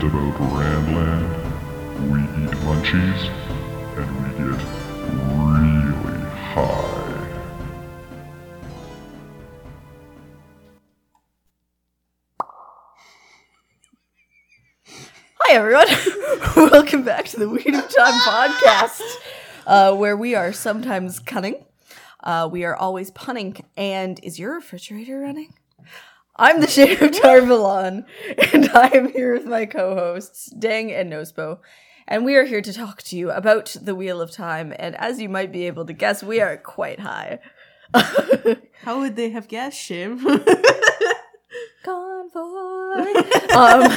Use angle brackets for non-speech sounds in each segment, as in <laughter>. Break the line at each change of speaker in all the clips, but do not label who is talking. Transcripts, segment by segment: Grand Land, we eat munchies, and we get really high.
Hi, everyone. <laughs> Welcome back to the Weed of Time podcast, uh, where we are sometimes cunning. Uh, we are always punning. And is your refrigerator running? I'm the Shade of Tarvalon, and I am here with my co hosts, Dang and Nospo. And we are here to talk to you about the Wheel of Time. And as you might be able to guess, we are quite high.
How would they have guessed, Shim? <laughs>
<laughs> Convoy. um,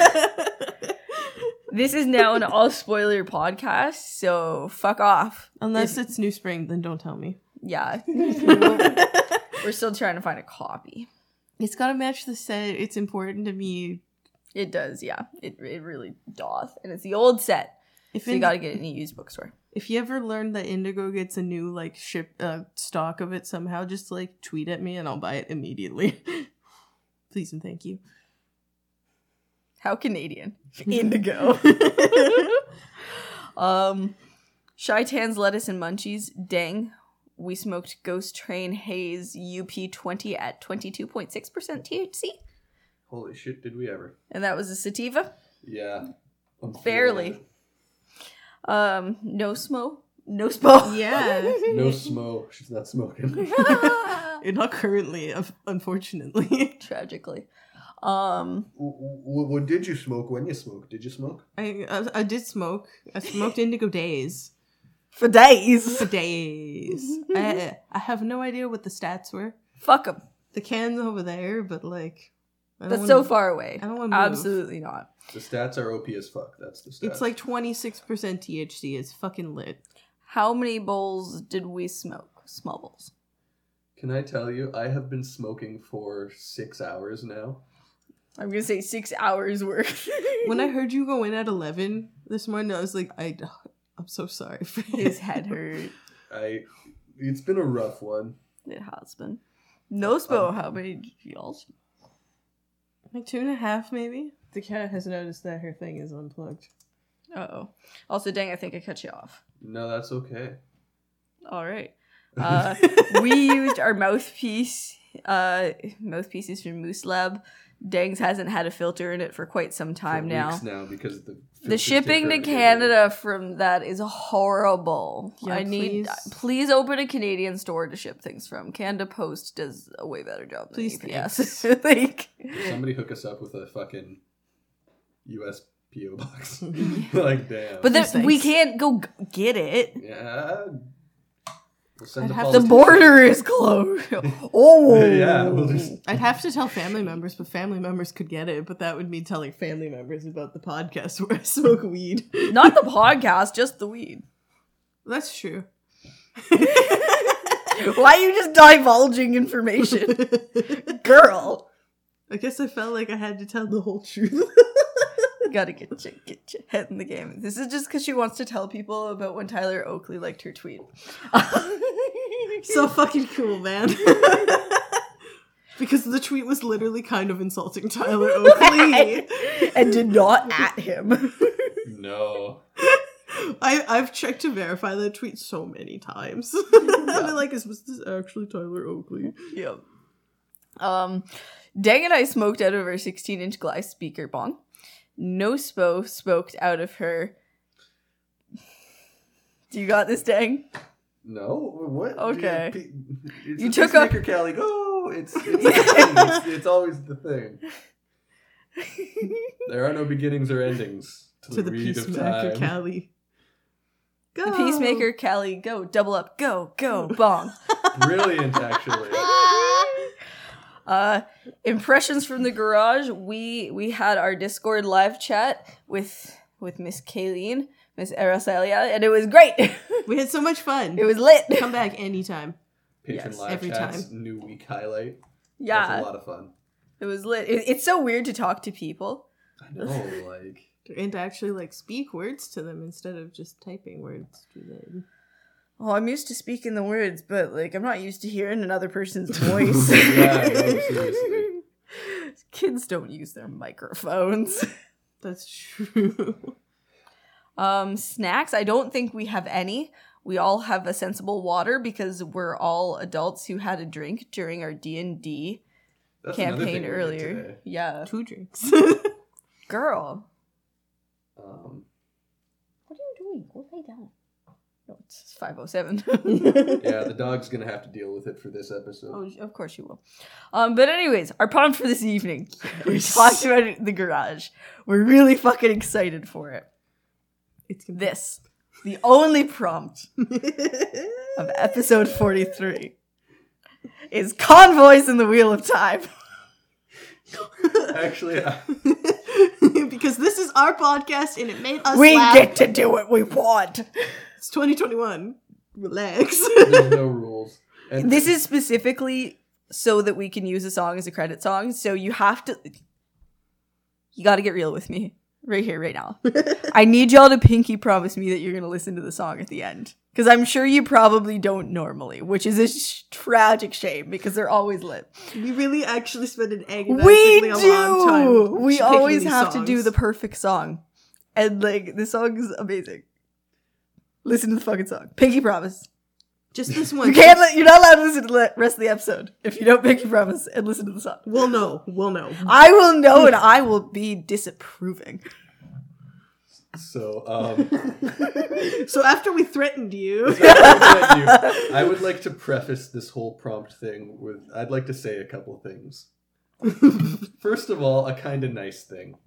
This is now an all spoiler podcast, so fuck off.
Unless it's New Spring, then don't tell me.
<laughs> Yeah. We're still trying to find a copy.
it's gotta match the set. It's important to me.
It does, yeah. It, it really doth. And it's the old set.
If
So you
in-
gotta get it in a used bookstore.
if you ever learn that Indigo gets a new like ship uh, stock of it somehow, just like tweet at me and I'll buy it immediately. <laughs> Please and thank you.
How Canadian.
<laughs>
Indigo. um Shaitan's Lettuce and Munchies, dang. We smoked Ghost Train Haze UP20 at 22.6% THC.
Holy shit, did we ever?
And that was a sativa.
Yeah. I'm feeling
Barely.
it.
Um, no smo. No smo.
yeah.
No smoke. She's not smoking.
Not currently, un- unfortunately.
<laughs>
<laughs>
Tragically. Um,
what, what did you smoke when you smoked? Did you smoke?
I, I I did smoke. I smoked Indigo Days
for days. <laughs>
for days. I I have no idea what the stats were.
Fuck them.
The can's over there, but like I don't
That's
wanna-
so far away.
I don't wanna move.
Absolutely not.
The stats are OP as fuck. That's the stats.
It's like twenty six percent THC. It's fucking lit.
How many bowls did we smoke? Small bowls.
Can I tell you, I have been smoking for six hours now.
I'm gonna say six hours worth. <laughs>
When I heard you go in at eleven this morning, I was like, I, <sighs> I'm so sorry for
His head hurt.
I. It's been a rough one.
It has been. Um, No spo. How many did y'all? smoke?
Like two and a half, maybe. The cat has noticed that her thing is unplugged.
Uh-oh. Also, dang, I think I cut you off.
No, that's okay.
All
<laughs>
right. Uh, we used our mouthpiece, uh, mouthpieces from Moose Lab. Dangs hasn't had a filter in it for quite some time
For
now.
Weeks now because the
The
filters
shipping to
differ every
Canada from that is horrible.
Yeah,
I need uh,
please.
please open a Canadian store to ship things from. Canada Post does a way better job than
Please,
UPS. <laughs> like
day. Somebody hook us up with a fucking U.S. PO
<laughs>
box. <laughs> like damn.
but
Please,
then we
thanks.
can't go g- get it.
yeah. We'll send
I'd
a
have to-
The
politician.
border is closed.
<laughs>
oh.
yeah, we'll just
I'd have to tell family members, but family members could get it. But that would mean telling family members about the podcast <laughs> where I smoke weed.
Not the podcast, just the weed.
That's true. <laughs>
<laughs> Why are you just divulging information? <laughs> Girl.
I guess I felt like I had to tell the whole truth. <laughs>
Gotta get your, get your head in the game. This is just because she wants to tell people about when Tyler Oakley liked her <laughs> tweet.
so fucking cool, man. because the tweet was literally kind of insulting Tyler Oakley.
and did not at him.
No.
I, I've checked to verify that tweet so many times. <laughs> I've been like, is was this actually Tyler Oakley?
<laughs> yep. Um, Dang and I smoked out of her 16 inch glass speaker bong. No spo smoked out of her. Do you got this, Dang?
No. What?
Okay.
P- It's
You
a
took
peacemaker, Callie. Go. It's
<laughs>
it's, a thing. it's it's always the thing. There are no beginnings or endings to,
to the
read of
Peacemaker
time.
Cali.
The
Go!
Peacemaker, Callie, go, double up, go, go, bong.
<laughs> Brilliant,
<laughs>
actually.
Uh, impressions from the garage. We we had our Discord live chat with with Miss Kayleen, Miss Aracelia, and it was great. <laughs> it
We had so much fun.
was lit.
Come back anytime.
Patron
Yes,
live
every
chats, new week highlight. That's a
Yeah,
lot of fun.
it was lit. It, it's so weird to talk to people. <laughs>
I know. Like
And to actually like speak words to them instead of just typing words to them.
Oh, I'm used to speaking the words, but like I'm not used to hearing another
<laughs>
person's voice. <laughs>
Yeah, no, seriously.
Kids don't use their microphones.
That's true.
Um, snacks, I don't think we have any. We all have a sensible water because we're all adults who had a drink during our D and D
That's another thing
campaign
we did
earlier.
today.
Yeah,
Two drinks.
girl,
Um,
what are you doing? Go lay down. No, it's five oh
<laughs>
seven.
yeah, the dog's gonna have to deal with it for this episode.
Oh, of course you will. Um, but anyways, our prom for this evening. We talked about it in the garage. We're really fucking excited for it.
<laughs> it's gonna
This, the only prompt
Be-
of episode 43 is convoys in the wheel of time. <laughs>
Actually, I,
<laughs> because this is our podcast and it made us
we
laugh.
get to do what we want.
it's 2021. Relax. <laughs>
there's no rules. And
This is specifically so that we can use a song as a credit song. So you have to you got to get real with me right here right now. I need y'all to pinky promise me that you're going to listen to the song at the end cuz I'm sure you probably don't normally, which is a sh- tragic shame because they're always lit.
we really actually spent an agonizingly
We
a long time.
do. We
picking
always
these
have to do
songs.
the perfect song. And like the song is amazing. Listen to the fucking song. Pinky promise. <laughs>
just this
You
one.
can't. Li- you're not allowed to listen to the rest of the episode if you don't make your promise and listen to the song.
<laughs> We'll know. We'll know. <laughs>
I will know, and I will be disapproving.
so. Um,
So after we
<laughs>
threatened you,
I, would like to preface this whole prompt thing with I'd like to say a couple things. First of all, a kind of nice thing.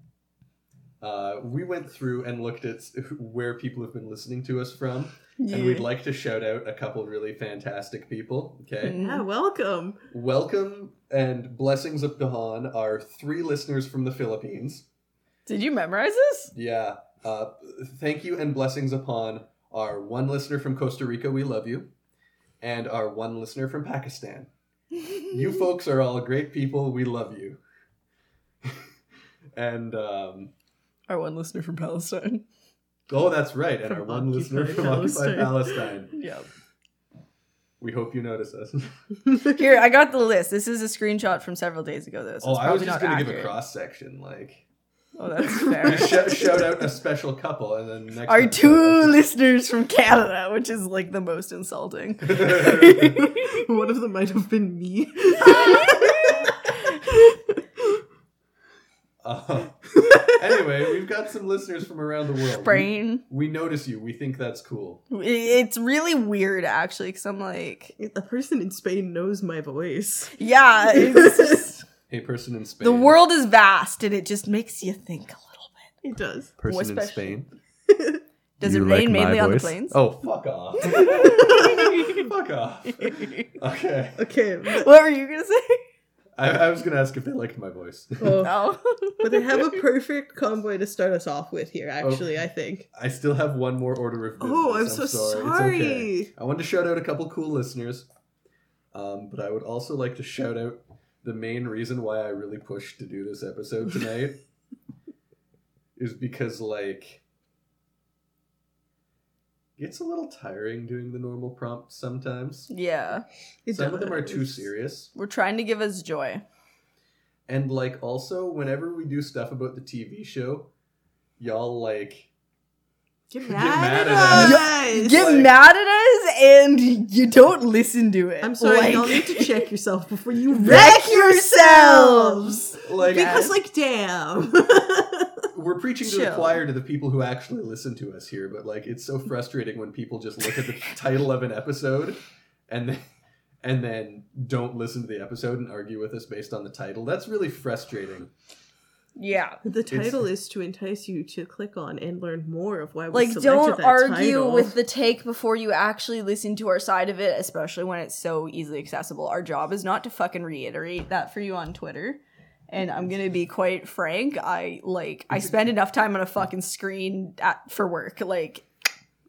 Uh, we went through and looked at s- where people have been listening to us from, and we'd like to shout out a couple really fantastic people. Okay,
Mm-hmm.
yeah,
<laughs>
welcome.
welcome and blessings of Dahan are three listeners from the Philippines.
Did you memorize this?
Yeah. Uh, thank you and blessings upon our one listener from Costa Rica, we love you, and our one listener from Pakistan.
<laughs>
you folks are all great people, we love you. <laughs> and, um,
Our one listener from Palestine.
oh, that's right, and our
From
one listener
Occupied
from Occupied Palestine.
Yeah.
We hope you notice us.
Here, I got the list. This is a screenshot from several days ago, though. So
<laughs> oh,
it's
I was
probably not
just going to give a
accurate.
cross section. Like,
Oh, that's
we <laughs>
fair.
shout, shout out a special couple, and then next
<laughs>
Our
episode-
two listeners from Canada, which is like the most
<laughs>
insulting. <laughs>
One of them might have been me.
<laughs>
<laughs>
Uh, anyway, we've got some listeners from around the world. We-
Brain.
We notice you. We think that's cool.
It's really weird, actually, because I'm like,
a person in Spain knows my voice.
yeah, it's just-
<laughs>
A person in Spain.
The world is vast, and it just makes you think a little bit.
It does.
What
Person in
special?
Spain.
Does
You
it
like
rain
my
mainly on the
voice?
plains?
Oh, fuck off. <laughs> fuck off. Okay.
Okay.
<laughs> What were you gonna say?
<laughs>
I, I was going to ask if they liked my voice.
Oh,
No.
but they have a perfect convoy to start us off with here,
Oh.
actually, I think.
I still have one more order of business.
Oh, I'm so
It's okay.
sorry.
I wanted to shout out a couple cool listeners, um, but I would also like to shout out the main reason why I really pushed to do this episode
<laughs>
tonight is because, like, it's a little tiring doing the normal prompts sometimes.
yeah,
It
Some of them are
does.
too serious.
we're trying to give us joy.
And like also whenever we do stuff about the TV show, y'all like
Get
mad
mad,
at us.
at us.
Get
like-
mad at us, and you don't listen to it.
I'm sorry,
Like,
y'all need to check yourself
<laughs>
before you
wreck yourselves.
like
Because,
Yes. <laughs>
like, damn. <laughs>
we're preaching to the
Chill.
choir to the people who actually listen to us here, but like it's so frustrating when people just look
<laughs>
at the title of an episode and then and then don't listen to the episode and argue with us based on the title. That's really frustrating.
Yeah.
the title is to entice you to click on and learn more of why we
Like,
selected
don't
that
argue
title.
with the take before you actually listen to our side of it, especially when it's so easily accessible. Our job is not to fucking reiterate that for you on Twitter. And I'm gonna be quite frank. I like I spend enough time on a fucking screen at, for work. Like,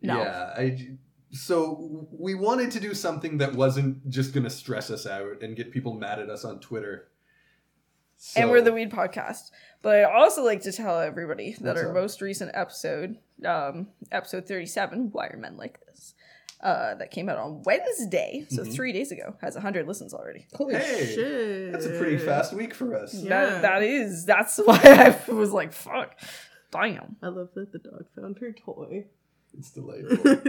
no,
Yeah, I j- so we wanted to do something that wasn't just going to stress us out and get people mad at us on Twitter.
and we're
So-
the Weed Podcast. But I'd also like to tell everybody that
What's
our
up?
most recent episode, um, episode 37, Why Are Men Like This, uh, that came out on Wednesday, so
Mhm.
three days ago, has 100 listens already.
Holy
Hey,
shit.
That's a pretty fast week for us.
Yeah.
<laughs> That, that is, that's why I was like, fuck. Damn.
I love that the dog found her toy.
<laughs>
It's delightful.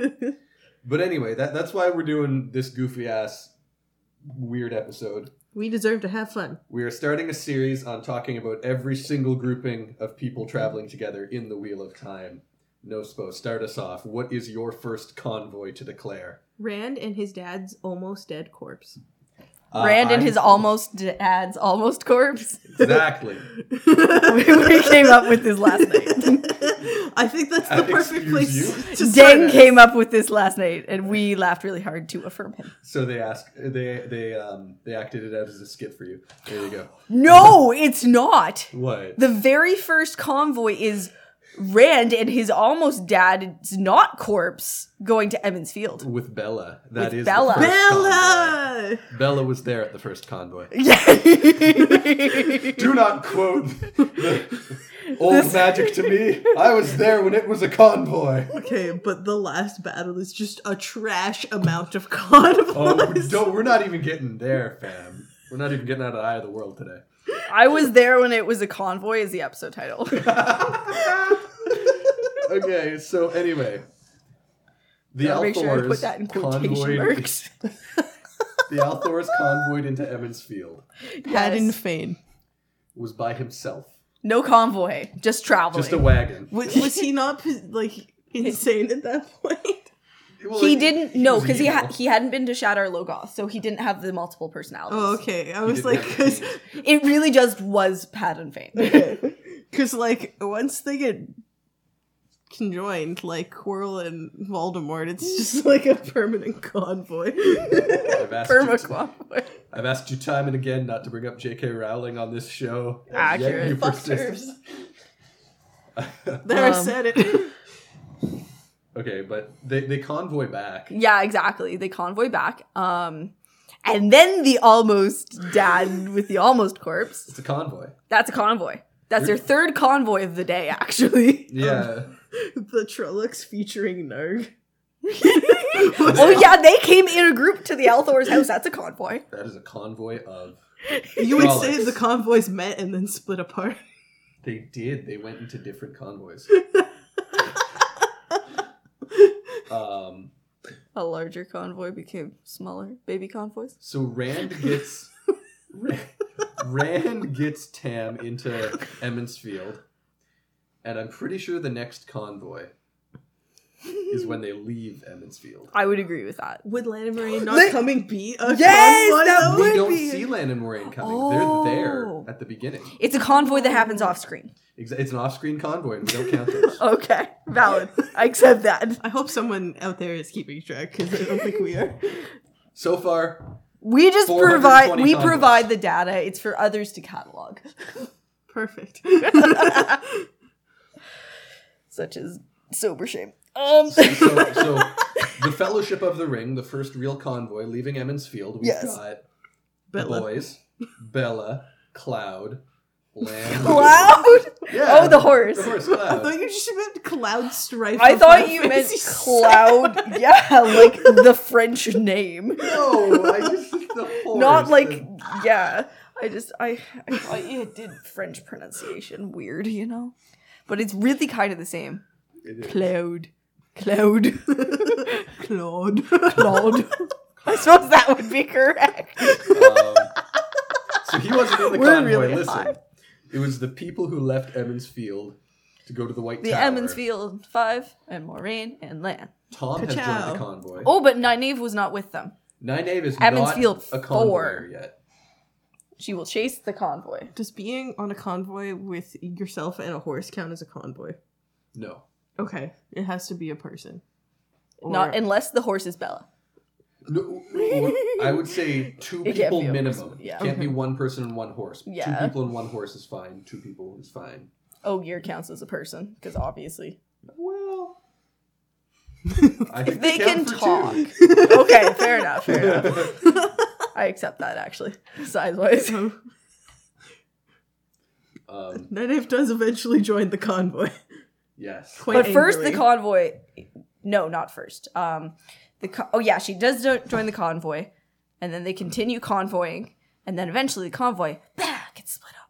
but anyway, that that's why we're doing this goofy ass weird episode.
<laughs> we deserve to have fun.
We are starting a series on talking about every single grouping of people traveling together in the Wheel of Time. Nospo, start us off. What is your first convoy to declare?
Rand and his dad's almost
<laughs>
dead corpse. <laughs>
Uh,
Rand and
I'm-
his almost dad's almost corpse. <laughs>
Exactly.
we came up with his last name. <laughs>
I think that's the
Uh,
perfect
excuse
place
you?
to start.
Dang
us.
came up with this last night, and we laughed really hard to affirm him.
So they ask they they um they acted it out as a skit for you. There you go.
No, it's not.
What?
The very first convoy is Rand and his almost dad's not corpse going to Emmons Field. <laughs>
With Bella. That
With
is the
Bella.
first convoy.
Bella!
Bella was there at the first convoy.
Yeah.
Do not <laughs> quote the old magic to me. I was there when it was a convoy.
<laughs> Okay, but the last battle is just a trash amount of <laughs> convoys.
Oh, we don't, we're not even getting there, fam. We're not even getting out of the eye of the world today.
I was there when it was a convoy is the episode title.
okay, so anyway. The
Make sure I put
Althors
that in quotation
convoyed,
marks.
<laughs> the Althors convoyed into Emmons Field
Had in
Yes.
Fane.
was by himself.
No convoy, just traveling.
Just a wagon.
Was, was he not like insane at that point? <laughs>
Well,
he didn't no
was
because he
evil.
ha- he hadn't been to Shatter Logoth, so he didn't have the multiple personalities.
Oh, okay. I
He
was
didn't
like,
have
because
any.
It really just was Pat and <laughs> Fane.
<laughs> Because, like, once they get conjoined, like Quirrell and Voldemort, it's just <laughs> like a permanent convoy. <laughs>
I've asked, you,
Perma convoy.
I've asked you time and again not to bring up J.K. Rowling on this show. and yet you
Accurate.
persist.
there, I
Um.
said it. <laughs>
Okay, but they, they convoy back.
Yeah, exactly. They convoy back. Um and then the almost dad with the almost corpse.
It's a convoy.
That's a convoy. That's their third convoy of the day,
<laughs>
actually.
Yeah.
the Trollocs featuring <laughs>
<laughs>
Nerg.
Oh yeah, they came in a group to the Althor's house. That's a convoy.
That is a convoy of.
You would
Trollocs.
say the convoys met and then split apart.
They did. They went into
<laughs>
different convoys. um,
A larger convoy became smaller baby convoys.
so Rand gets. Ra- Rand gets Tam into Emmons Field, and I'm pretty sure the next convoy is when they leave Emmons Field.
I would agree with that.
Would
<gasps>
Lanamarin not
They-
coming be a
Yes,
convoy?
that
though?
would-
We don't
be-
see Lan and Moraine coming. They're
Oh.
there at the beginning.
It's a convoy that happens off screen.
Exa- It's an off-screen convoy, and we don't count
<laughs>
those.
Okay, valid. I accept that.
I hope someone out there is keeping track because I don't think we are.
<laughs> So far,
We just
420
provide we
convoys.
provide the data. It's for others to catalog,
<laughs>
Perfect.
such as sober shame. Um, <laughs>
so, so, so the Fellowship of the Ring, the first real convoy leaving Emmons Field, we've
Yes.
got the
<laughs> Bella.
boys, Bella, Cloud, Lan.
Cloud.
Yeah,
Oh, the horse.
The
<laughs>
horse,
I
Cloud.
thought you just meant Cloud Strife.
I <laughs>
of
thought
Five
you meant
Faces. <laughs>
<laughs> cloud. Yeah, like the French name,
no, I
<laughs>
just the horse.
not like yeah. I just I I thought you did French pronunciation weird, you know. But it's really kind of the same.
It is.
Cloud, cloud, <laughs>
Claude.
cloud. <laughs> I suppose that would be correct.
Um, so he wasn't in the
<laughs> We're
convoy.
really
Listen,
high.
it was the people who left Emmons Field to go to the White
The
Tower.
Emmons Field Five and Maureen and Lan.
Tom has joined
Ka-chow.
the convoy.
Oh, but Nynaeve was not with them.
Nine Nave is
Emmons
not
Field
a
four.
convoy yet.
She will chase the convoy.
<laughs> Does being on a convoy with yourself and a horse count as a convoy?
No.
Okay, it has to be a person. Or-
Not unless the horse is Bella.
No, or- I would say two
<laughs> It can't
people
be a
minimum.
person, yeah.
Can't be one person and one horse.
Yeah.
Two people and one horse is fine. Two people is fine.
Ogier Oh, counts as a person because obviously
Well, I
if
think
they can
count
talk.
for two. <laughs>
okay, fair enough. Fair enough. <laughs> I accept that actually, size <laughs> wise.
Um,
Nynaeve does eventually join the convoy. <laughs>
yes.
Quite
But first, the
angrily.
convoy. No, not first. Um, the co- oh yeah, she does jo- join the convoy, and then they continue <laughs> convoying, and then eventually the convoy bah, gets split up.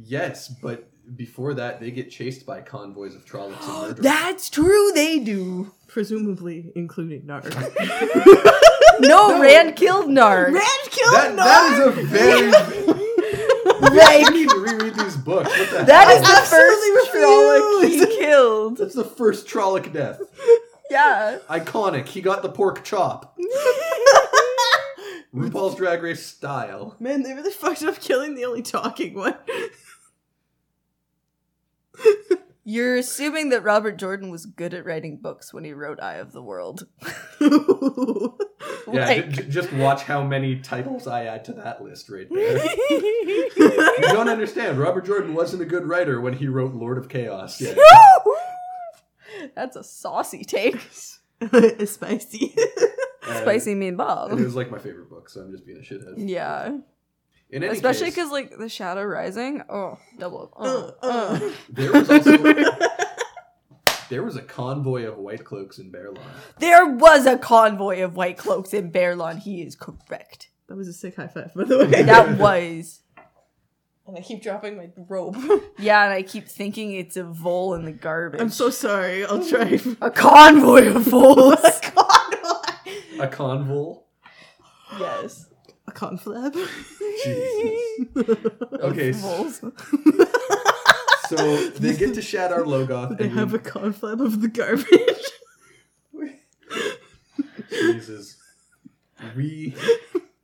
Yes, but before that, they get chased by convoys of Trollocs
<gasps>
and murderers.
That's true, they do.
Presumably including Narg. <laughs>
No, Rand killed Narg.
killed
That- that
<laughs>
is a very.
<laughs> Like,
I need to reread these books. What the
that
hell?
is the first Trolloc
refuse.
he killed.
That's the first Trolloc death.
Yeah.
Iconic. He got the
<laughs>
pork chop. RuPaul's Drag Race style.
Man, they really fucked up killing the only talking one. <laughs>
You're assuming that Robert Jordan was good at writing books when he wrote Eye of the <laughs> World.
Yeah,
Like-
j- j- just watch how many titles I add to that list right there. You don't understand. Robert Jordan wasn't a good writer when he wrote Lord of Chaos. Yeah.
That's a saucy take.
It's spicy.
And-
Spicy
And it
meatball.
was like my favorite book, so I'm just being a shithead.
Yeah.
In any
Especially
case,
because, like, The Shadow Rising. Oh, double.
Uh,
Oh.
uh.
there was also there was a convoy of white cloaks in Berlon.
There was a convoy of white cloaks in Berlon. He is correct.
<laughs> That was a sick high five, by the way.
That was.
And I keep dropping my rope.
Yeah, and I keep thinking it's a vole in the garbage.
<laughs> I'm so sorry. I'll try.
a convoy of voles.
A convol.
yes.
A conflab.
Jesus. Okay, so,
Voles.
so they get to Shadar
<laughs>
Logoth
They
and
have
we-
a conflab of the garbage.
Jesus. We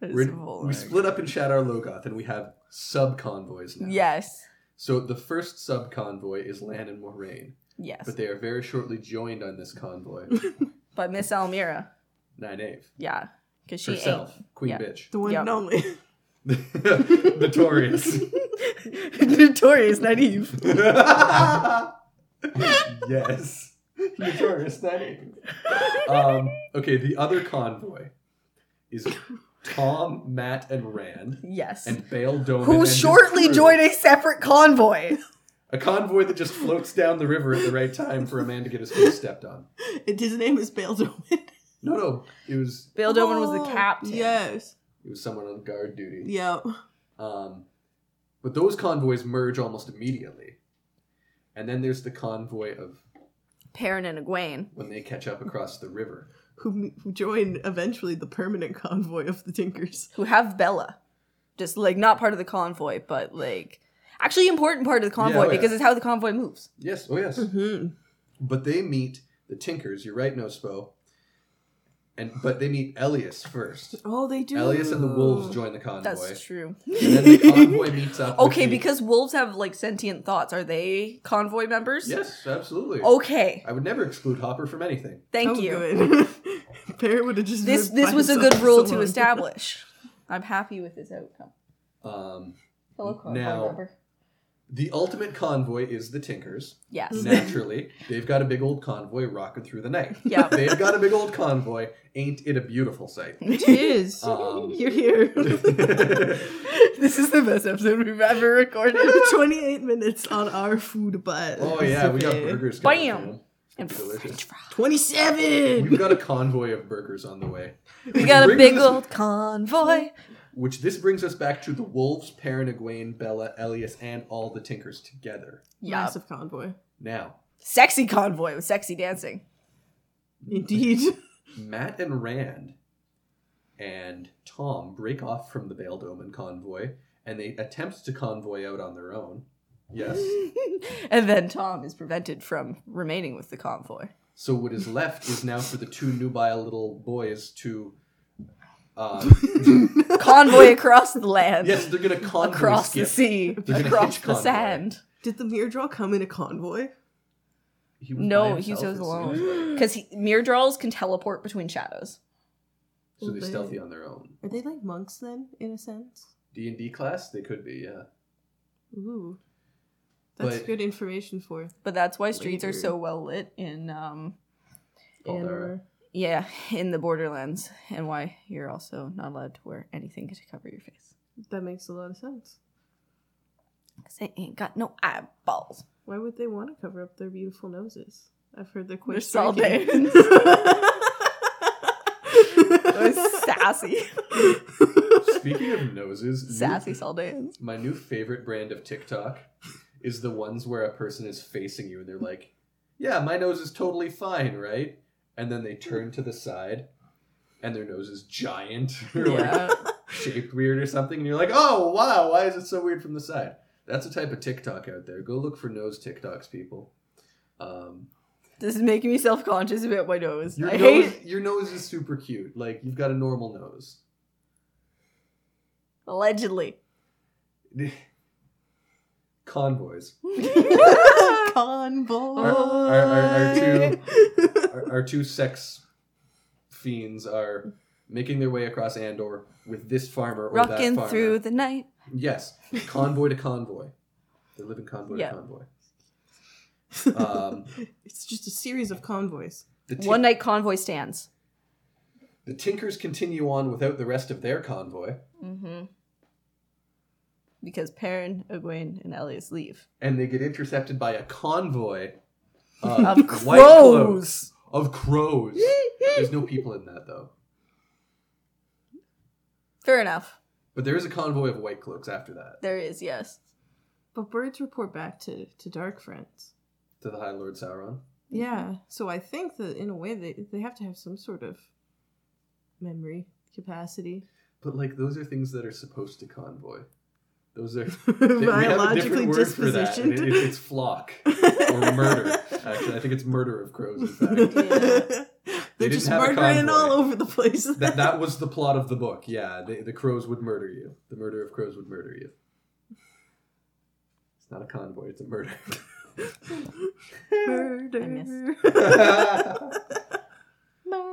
That is
we're-
a vole in
we
a-
split up in Shadar Logoth and we have sub convoys now.
Yes.
So the first sub convoy is Lan and Moraine,
Yes.
but they are very shortly joined on
<laughs>
this convoy.
But Miss Almira.
Nine Ave.
Yeah. Because she
Herself, Queen
yeah.
Bitch.
The one
Yep.
and only.
<laughs> Notorious.
ain't. <laughs> Notorious naive.
yes. Notorious name. Um, okay, the other convoy is Tom, Matt, and Rand,
Yes.
and Bale Doman. and
Who
his
shortly
crew.
joined a separate convoy.
a convoy that just floats down the river at the right time for a man to get his foot stepped on.
And his name is Bale Doman.
No, no, it was
Bill Doman was the captain.
Oh, Yes.
it was someone on guard duty.
Yeah.
Um, but those convoys merge almost immediately, and then there's the convoy of
Perrin and Egwene.
when they catch up across the river.
Who, who joined eventually the permanent convoy of the Tinkers.
who have Bella. Just like not part of the convoy, but like actually important part of the convoy
Yeah, oh, yeah.
because it's how the convoy moves.
Yes,
<laughs>
oh yes.
Hmm.
Mm-hmm.
But they meet the Tinkers. You're right, Nospo. And but they meet Elias first.
Oh, they do.
Elias and the wolves join the convoy.
That's true.
<laughs> And then
<laughs>
the convoy meets up. with
okay,
the-
because wolves have like sentient thoughts. Are they convoy members?
yes, absolutely.
Okay.
I would never exclude Hopper from anything.
Thank you.
Oh, Good. <laughs> Parrot would have just
This
lived
this
by
was a
himself
good
for
rule
so
to
long. <laughs>
establish. I'm happy with this outcome.
Um,
Hello, convoy
Now-
member.
the ultimate convoy is the Tinkers.
<laughs> Yes.
Naturally, they've got a big old convoy rocking through the night.
Yeah.
<laughs> They've got a big old convoy. Ain't it a beautiful
<laughs>
sight? <laughs>
It is. <laughs>
Um,
You're here.
this is the best episode we've ever
<laughs>
recorded.
28 minutes on our food butt.
oh yeah, we got
Okay.
burgers. coming
Bam.
through.
And
Delicious.
French
<laughs>
fries.
27!
We've got a convoy of burgers on the way.
We got a
Bring
big
this-
old convoy.
Which this brings us back to the wolves, Perrin, Egwene, Bella, Elias, and all the Tinkers together.
Yeah.
Massive convoy.
Now,
Sexy convoy with sexy dancing.
Indeed.
<laughs>
<laughs>
Matt and Rand and Tom break off from the Bale Doman convoy, and they attempt to convoy out on their own. Yes.
and then Tom is prevented from remaining with the convoy.
So what is left is now for the two nubile little boys to.
<laughs>
Um, <laughs>
Convoy across the land,
yes, they're gonna convoy
across
skip.
the
<laughs>
sea,
They're gonna
across
hitch
the
convoy.
sand.
Did the Mirdraw come in a convoy?
He was by
No, he
himself,
goes
it seems
alone
like.
because mirror draws can teleport between shadows.
So they're stealthy on their own.
Are they like monks then, in a sense?
D and D class, they could be. Yeah.
Ooh. That's
But-
good information for
But that's why streets are
Later.
so well lit in, um,
Baldara.
yeah, <laughs> in the Borderlands, and why you're also not allowed to wear anything to cover your face
That makes a lot of sense.
because they ain't got no eyeballs.
Why would they want to cover up their beautiful noses? I've heard they're quite
They're Saldans.
<laughs> striking.
<laughs> Those sassy,
Speaking of noses,
sassy Saldans.
My new favorite brand of TikTok is the ones where a person is facing you and they're like, "Yeah, my nose is totally fine, right?" And then they turn to the side, and their nose is giant <laughs> or like,
Yeah.
shaped weird or something, and you're like, "Oh wow, why is it so weird from the side?" That's a type of TikTok out there. Go look for nose TikToks, people. Um,
<laughs> This is making me self conscious about my nose.
your
I
nose,
hate.
your nose is super cute. Like you've got a normal nose. <laughs>
<laughs> Allegedly.
Convoys.
Convoy.
Our, our, our, our two our,
<laughs>
our two sex fiends are making their way across Andor with this farmer or that
Rocking
farmer.
through the night.
Yes, convoy to convoy. They're living convoy
Yeah.
to convoy. Um,
it's just a series of convoys.
the, tin-
One night convoy stands.
the Tinkers continue on without the rest of their convoy,
Mm-hmm. Because Perrin, Egwene, and Elias leave.
and they get intercepted by a convoy uh,
Of
white
crows.
Of crows. There's no people in that though,
Fair enough.
but there is a convoy of white cloaks after that
There is, yes.
But birds report back to, to dark friends.
to the High Lord Sauron.
Mm-hmm.
Yeah. So I think that in a way they, they have to have some sort of memory capacity.
But like those are things that are supposed to convoy.
<laughs>
Those are <laughs> <laughs> we have a
Biologically
different word for that. and
dispositioned.
It, <laughs> it, it's flock or murder. Actually, I think it's murder of crows.
<laughs>
In fact,
They're
didn't
just
have a
murdering
convoy.
all over the place. <laughs>
that that was the plot of the book. Yeah, the, the crows would murder you. The murder of crows would murder you. It's not a convoy. It's a murder. <laughs>
Murder.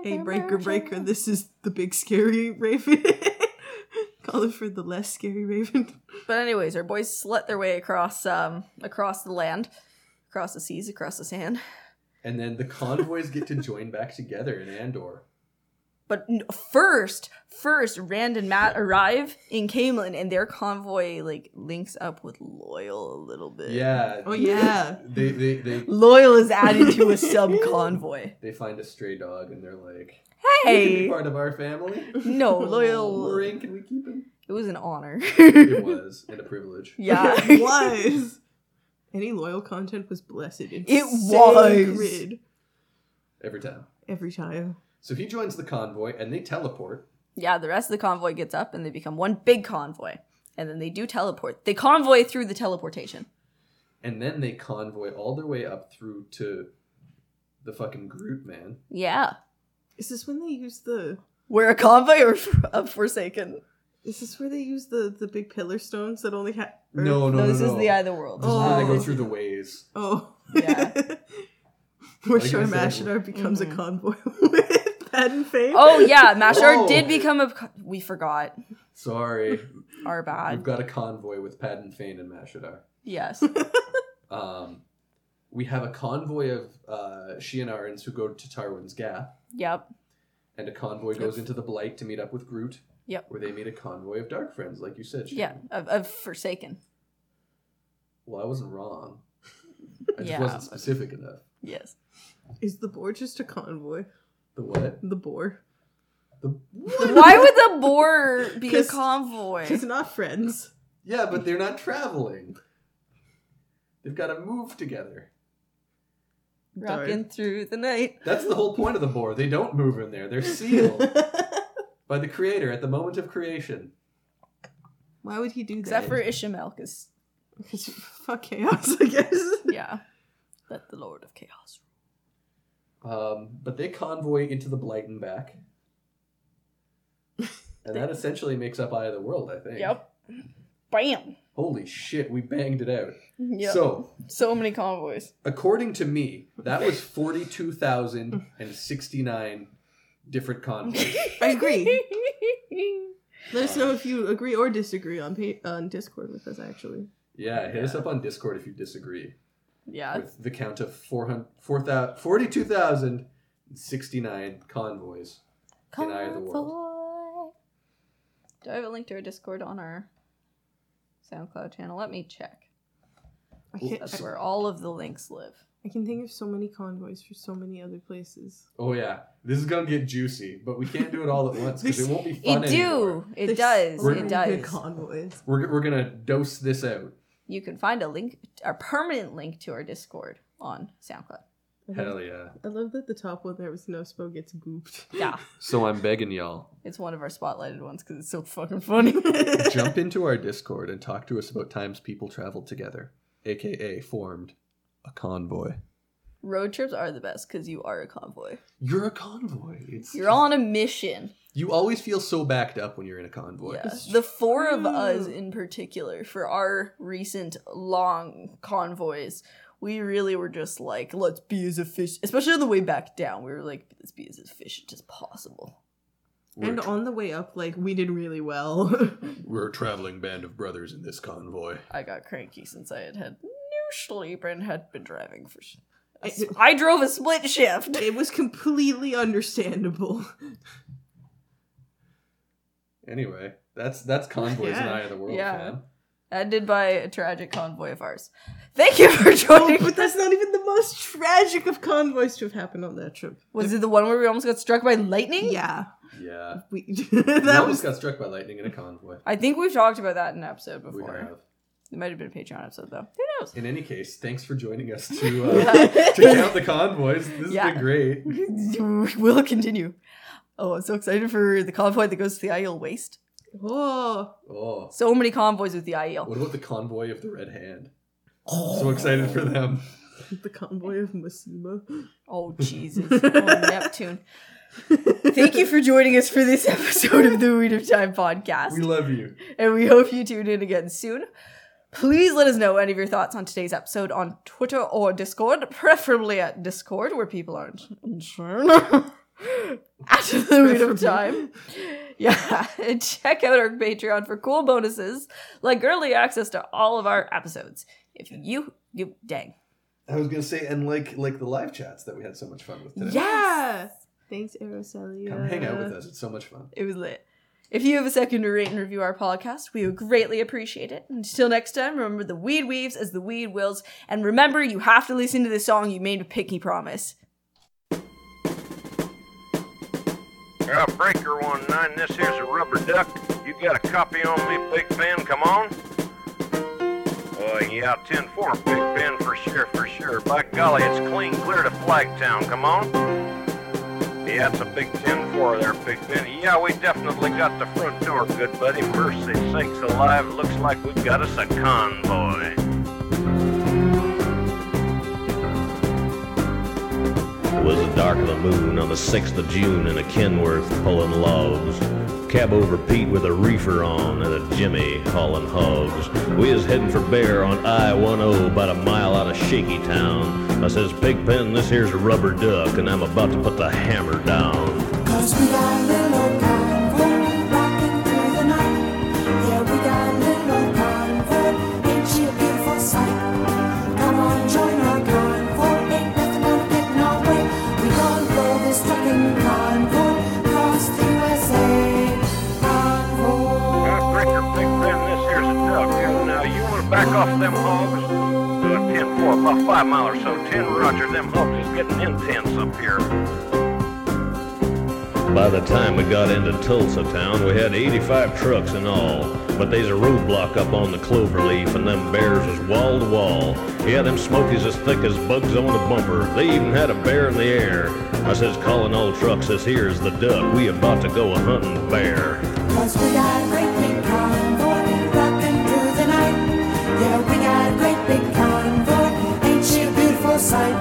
Hey, breaker, breaker.
This
This is the big scary raven. <laughs> Calling the less scary raven.
But anyways, our boys slut their way across um across the land, across the seas, across the sand.
and then the convoys get to join back together in Andor.
But n- first, first, Rand and Matt arrive in Camelin, and their convoy like links up with Loyal a little bit.
Yeah.
Oh, yeah.
They they they,
Loyal is added to a sub convoy.
they find a stray dog and they're like, "You can be
Hey,
part of our family."
no, Loyal.
Wolverine, can we keep him?
It was an honor. <laughs>
It was, and a privilege.
<laughs> yeah,
it was. Any loyal content was blessed. and
It was.
sacred
Every time.
Every time.
So he joins the convoy and they teleport.
yeah. The rest of the convoy gets up, and they become one big convoy. And then they do teleport. They convoy through the teleportation.
And then they convoy all their way up through to the fucking Groot man.
Yeah,
Is this when they use the?
we're a convoy or a Forsaken.
Is this where they use the the big pillar stones that only have?
No, no,
No,
no.
this
no.
is the eye of the world.
This is where they go
Oh.
through the ways.
Oh.
Yeah.
<laughs> Where
Like I
Shar
said,
Mashinar becomes
Mhm.
a convoy <laughs> with Patton Fane.
<gasps> Oh yeah, Mashar
Whoa.
did become a. co- We forgot.
Sorry.
<laughs> Our
We've
bad.
got a convoy with Padden Fane and Mashadar.
Yes.
Um, we have a convoy of uh, Shianarans who go to Tarwin's Gap,
Yep.
and a convoy goes into the Blight to meet up with Groot.
Yep.
Where they meet a convoy of Dark Friends, like you said. Shannon.
Yeah. Of, of Forsaken.
Well, I wasn't wrong. I just
Yeah.
wasn't specific enough.
Yes.
Is the boar just a convoy?
The what?
The boar.
<laughs>
The
Why would the boar be a
'Cause-
convoy?
It's not friends.
Yeah, but they're not traveling. They've got to move together.
<laughs> Rocking through the night.
That's the whole point of the boar. They don't move in there.
<laughs>
They're sealed by the creator at the moment of creation.
Why would he do that?
Except for Ishmael, because
Because fuck chaos, I guess.
yeah, let the Lord of Chaos.
Um, but they convoy into the Blight and back. And that essentially makes up Eye of the World, I think.
Yep. Bam.
Holy shit, we banged it out.
Yep.
So,
so many convoys. <laughs>
according to me, that was 42,069
<laughs>
different convoys.
<laughs> I agree. Let us know if you agree or disagree on pa- on Discord with us. Actually,
Yeah, hit us up on Discord if you disagree.
yeah.
with the count of 400 4,000 42,069 convoys. in Eye of the World.
Convoy. Do I have a link to our Discord on our SoundCloud channel? Let me check.
I
Well,
can't.
That's
I,
where all of the links live.
I can think of so many convoys for so many other places.
Oh yeah, this is gonna get juicy, but we can't do it all at once because it won't be
It
fun anymore.
do. It
There's
does.
so
It
many
does.
Good convoys.
We're, we're gonna dose this out.
you can find a link, a permanent link to our Discord on SoundCloud.
Hell yeah.
I love that the top one there was no spell gets gooped.
Yeah,
So I'm begging y'all,
<laughs> it's one of our spotlighted ones because it's so fucking
<laughs>
funny.
jump into our Discord and talk to us about times people traveled together, aka formed a convoy.
Road trips are the best because you are a convoy.
You're a convoy. It's
You're on a mission.
You always feel so backed up when you're in a convoy.
Yeah. The four of
true.
us in particular, for our recent long convoys, we really were just like, let's be as efficient, especially on the way back down. We were like, let's be as efficient as possible.
We're,
And
tra-
on the way up, like we did really well. <laughs>
we're a traveling band of brothers in this convoy.
I got cranky since I had had no sleep and had been driving for. sh- a
<laughs>
s- I drove a split shift.
it was completely understandable.
Anyway, that's that's convoys and
Yeah.
Eye of the World,
Yeah.
fam.
Ended by a tragic convoy of ours. Thank you for <laughs> joining.
Oh, but that's not even the most tragic of convoys to have happened on that trip.
Was it the one where we almost got struck by lightning?
Yeah,
Yeah.
we.
That
<laughs> that was
almost got struck by lightning in a convoy.
I think we've talked about that in an episode
We
before.
have.
It might have been a Patreon episode though. Who knows?
In any case, thanks for joining us <laughs> to uh, <laughs> to count the convoys. This has
Yeah.
been great.
<laughs> we'll continue. Oh, I'm so excited for the convoy that goes to the IEL waste.
<laughs> oh,
Oh,
So many convoys with the E IEL.
what about the convoy of the Red Hand? So excited for them.
the convoy of Masima.
Oh Jesus. oh
<laughs>
Neptune. Thank you for joining us for this episode of the Weed of Time podcast.
We love you.
and we hope you tune in again soon. Please let us know any of your thoughts on today's episode on Twitter or Discord, preferably at Discord where people aren't <laughs> insured. at the weed of time. Yeah, <laughs> and check out our Patreon for cool bonuses like early access to all of our episodes. If you, you, dang.
I was gonna say, and like like the live chats that we had so much fun with today.
Yeah. Thanks, Aerocelia.
Come hang out with us. It's so much fun.
It was lit. If you have a second to rate and review our podcast, we would greatly appreciate it. Until next time, remember the weed weaves as the weed wills, and remember you have to listen to the song you made with Pinky Promise.
Uh, breaker one nine, this here's a rubber duck. You got a copy on me, Big Ben? Come on. Uh, yeah, 10 4, Big Ben, for sure, for sure. By golly, it's clean clear to Flagtown. Come on. Yeah, it's a big 10 4 there, Big Ben. Yeah, we definitely got the front door, good buddy. Mercy sakes alive, looks like we got us a convoy. It was the dark of the moon on the 6th of June in a Kenworth pulling logs. Cab over Pete with a reefer on and a Jimmy hauling hogs. We is heading for Bear on I-10 about a mile out of Shaky Town. I says, Pigpen, this here's a rubber duck and I'm about to put the hammer down.
Cause we got little convoy rocking through the night. Yeah, we got little convoy, ain't she a beautiful sight? Come on, join our convoy, ain't nothing gonna get in our way. We gon' blow this trucking convoy across the USA. Convoy.
Uh, Breaker, Big Ben, this here's a duck. And uh, you want to back off them hogs? Uh, 10 4, about 5 mile or so. 10 Roger, them hogs is getting intense up here. By the time we got into Tulsa town, we had 85 trucks in all. But they's a roadblock up on the Cloverleaf, and them bears is wall to wall. Yeah, them smokies as thick as bugs on a bumper. They even had a bear in the air. I says, calling all trucks, says, here's the duck. We about to go a hunting bear.
Cause we got a great big convoy rocking through the night. Yeah, we got a great big convoy. Ain't she a beautiful sight?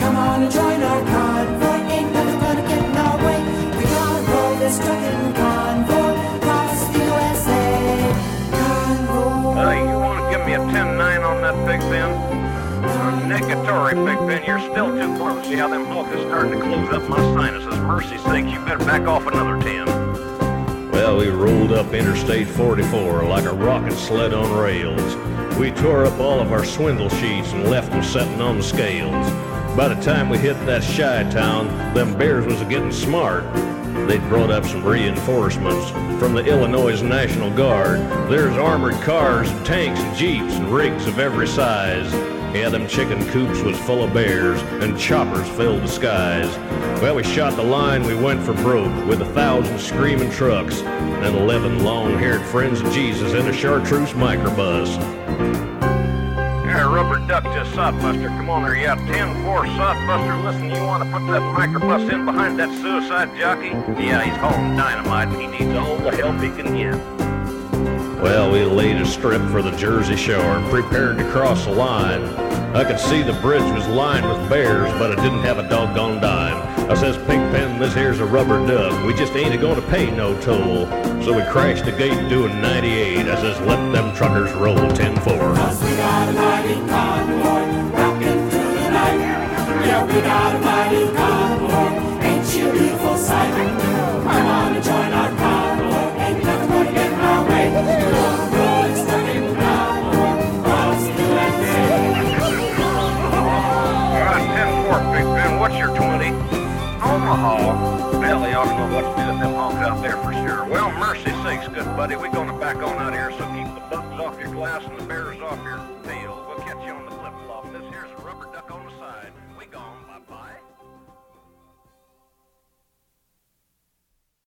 Come on and join our convoy. Ain't nothing gonna get in our way. We gonna roll this trucking convoy across the USA. Convoy.
Uh, you want to give me a 10-9 on that Big Ben? Uh, Negatory, Big Ben. You're still too close. See how them hook is starting to close up my sinuses. Mercy sakes, you better back off another 10. Well, we rolled up Interstate 44 like a rocket sled on rails. We tore up all of our swindle sheets and left them setting on the scales. By the time we hit that shy town, them bears was getting smart. They'd brought up some reinforcements from the Illinois National Guard. There's armored cars, tanks, jeeps, and rigs of every size. Yeah, them chicken coops was full of bears, and choppers filled the skies. Well, we shot the line, we went for broke, with a thousand screaming trucks, and eleven long-haired friends of Jesus in a chartreuse microbus. your rubber duck to a sodbuster. Come on, there, you out 10 4 sodbuster. Listen, you want to put that microbus in behind that suicide jockey? Yeah, he's hauling dynamite. He needs all the help he can get. Well, we laid a strip for the Jersey Shore and prepared to cross the line. I could see the bridge was lined with bears, but I didn't have a doggone dime. I says, Pigpen, this here's a rubber duck. We just ain't a-gonna pay no toll. So we crashed the gate doing 98. I says, let them truckers roll 10-4. All right, 10-4, Big Ben. What's your 20? Omaha. Belly ought to know what to do with them honks out there for sure. Well, mercy sakes, good buddy. We're going to back on out here, so keep the buttons off your glass and the bears off your...